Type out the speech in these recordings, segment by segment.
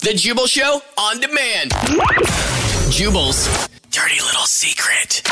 The Jubal Show on demand. Jubal's dirty little secret.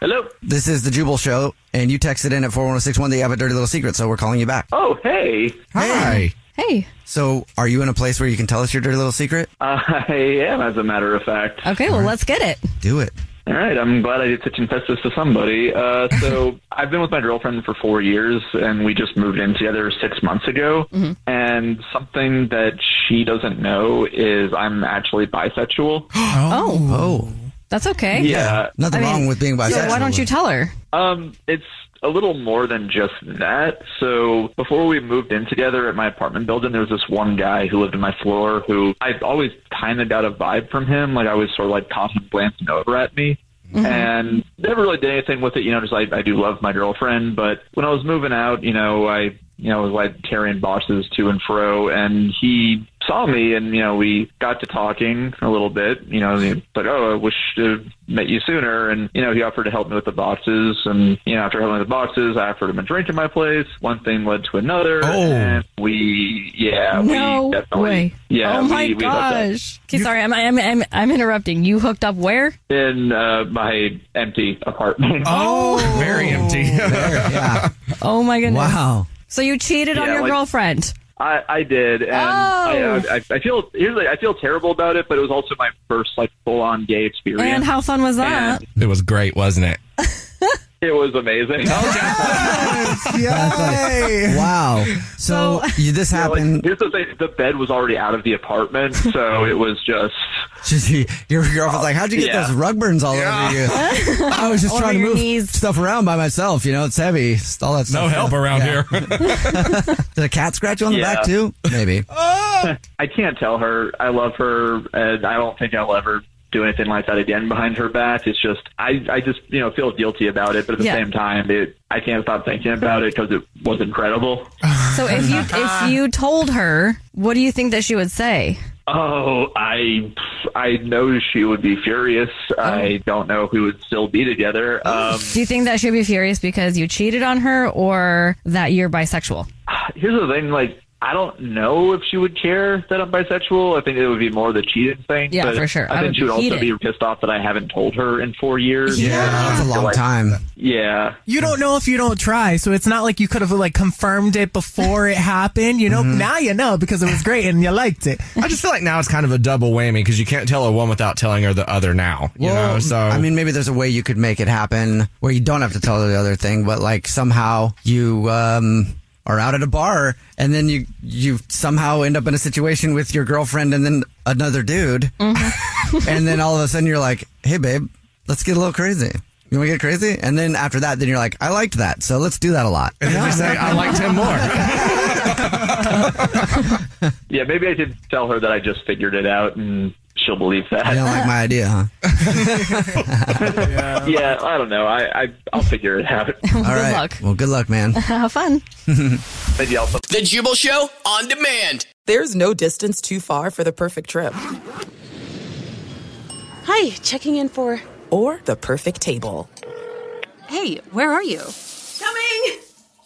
Hello. This is the Jubal Show, and you texted in at 41061 that you have a dirty little secret, so we're calling you back. Oh, hey. Hi. Hey. So, are you in a place where you can tell us your dirty little secret? Uh, I am, as a matter of fact. Okay, well, let's get it. Do it. All right, I'm glad I did such investments to somebody. Uh, so I've been with my girlfriend for four years, and we just moved in together six months ago. And something that she doesn't know is I'm actually bisexual. Oh, Oh, that's okay. yeah. nothing I mean, wrong with being bisexual. So why don't you tell her? Um, it's a little more than just that. So before we moved in together at my apartment building, there was this one guy who lived on my floor who I always kind of got a vibe from him. Like I was sort of like caught him glancing over at me. And never really did anything with it, you know. Just I, I do love my girlfriend, but when I was moving out, you know, I, you know, was like carrying boxes to and fro, and he saw me, and you know, we got to talking a little bit, you know, and he was like, oh, I wish to have met you sooner, and you know, he offered to help me with the boxes, and you know, after helping with the boxes, I offered him a drink at my place. One thing led to another, Oh. and we, yeah, Uh, no we definitely, way. yeah, oh my we, we hooked up gosh. Okay, sorry, I'm, I'm, I'm, I'm interrupting. You hooked up where? in uh, my empty apartment. Oh, very empty. There, yeah. Oh my goodness. Wow. So you cheated on Yeah, your like- girlfriend. I, I did, and I, Oh. uh, I, I feel here's the- I feel terrible about it, but it was also my first like full on gay experience. And how fun was that? And It was great, wasn't it? it was amazing. Oh, Wow. So, you, this Like, happened. here's the thing: the bed was already out of the apartment, so it was just Just- your girlfriend's like, "How'd you get Yeah. those rug burns all over you?" I was just Over trying to your move knees. stuff around by myself. You know, it's heavy. It's all that stuff. No help around Yeah. here. Did a cat scratch you on the Yeah. back too? Maybe. I can't tell her I love her, and I don't think I'll ever do anything like that again behind her back. It's just I I just you know feel guilty about it, but at the Yeah. same time, it I can't stop thinking about it because it was incredible. So if you if you told her, what do you think that she would say? Oh, I I know she would be furious. Oh. I don't know if we would still be together. Um, Do you think that she'd be furious because you cheated on her or that you're bisexual? Um, here's the thing, like I don't know if she would care that I'm bisexual. I think it would be more the cheating thing. Yeah, but for sure. I, I think would she would hate also it. be pissed off that I haven't told her in four years. That's a long Like- time. Yeah. You don't know if you don't try, so it's not like you could have like confirmed it before it happened. You know, now you know because it was great and you liked it. I just feel like now it's kind of a double whammy because you can't tell her one without telling her the other now. You know, so I mean, maybe there's a way you could make it happen where you don't have to tell her the other thing, but like somehow you um, are out at a bar and then you you somehow end up in a situation with your girlfriend and then another dude, Mm-hmm. and then all of a sudden you're like, "Hey, babe, let's get a little crazy." You want to get crazy? And then after that, then you're like, I liked that. So let's do that a lot. and then they say I liked him more. Yeah, maybe I did tell her that I just figured it out and she'll believe that. I don't like my idea, huh? yeah, I don't know. I, I I'll figure it out. Well, All good right. luck. Well, good luck, man. Have fun. Maybe I'll The Jubal Show on demand. There's no distance too far for the perfect trip Hi, checking in for. or the perfect table. Hey, where are you? Coming!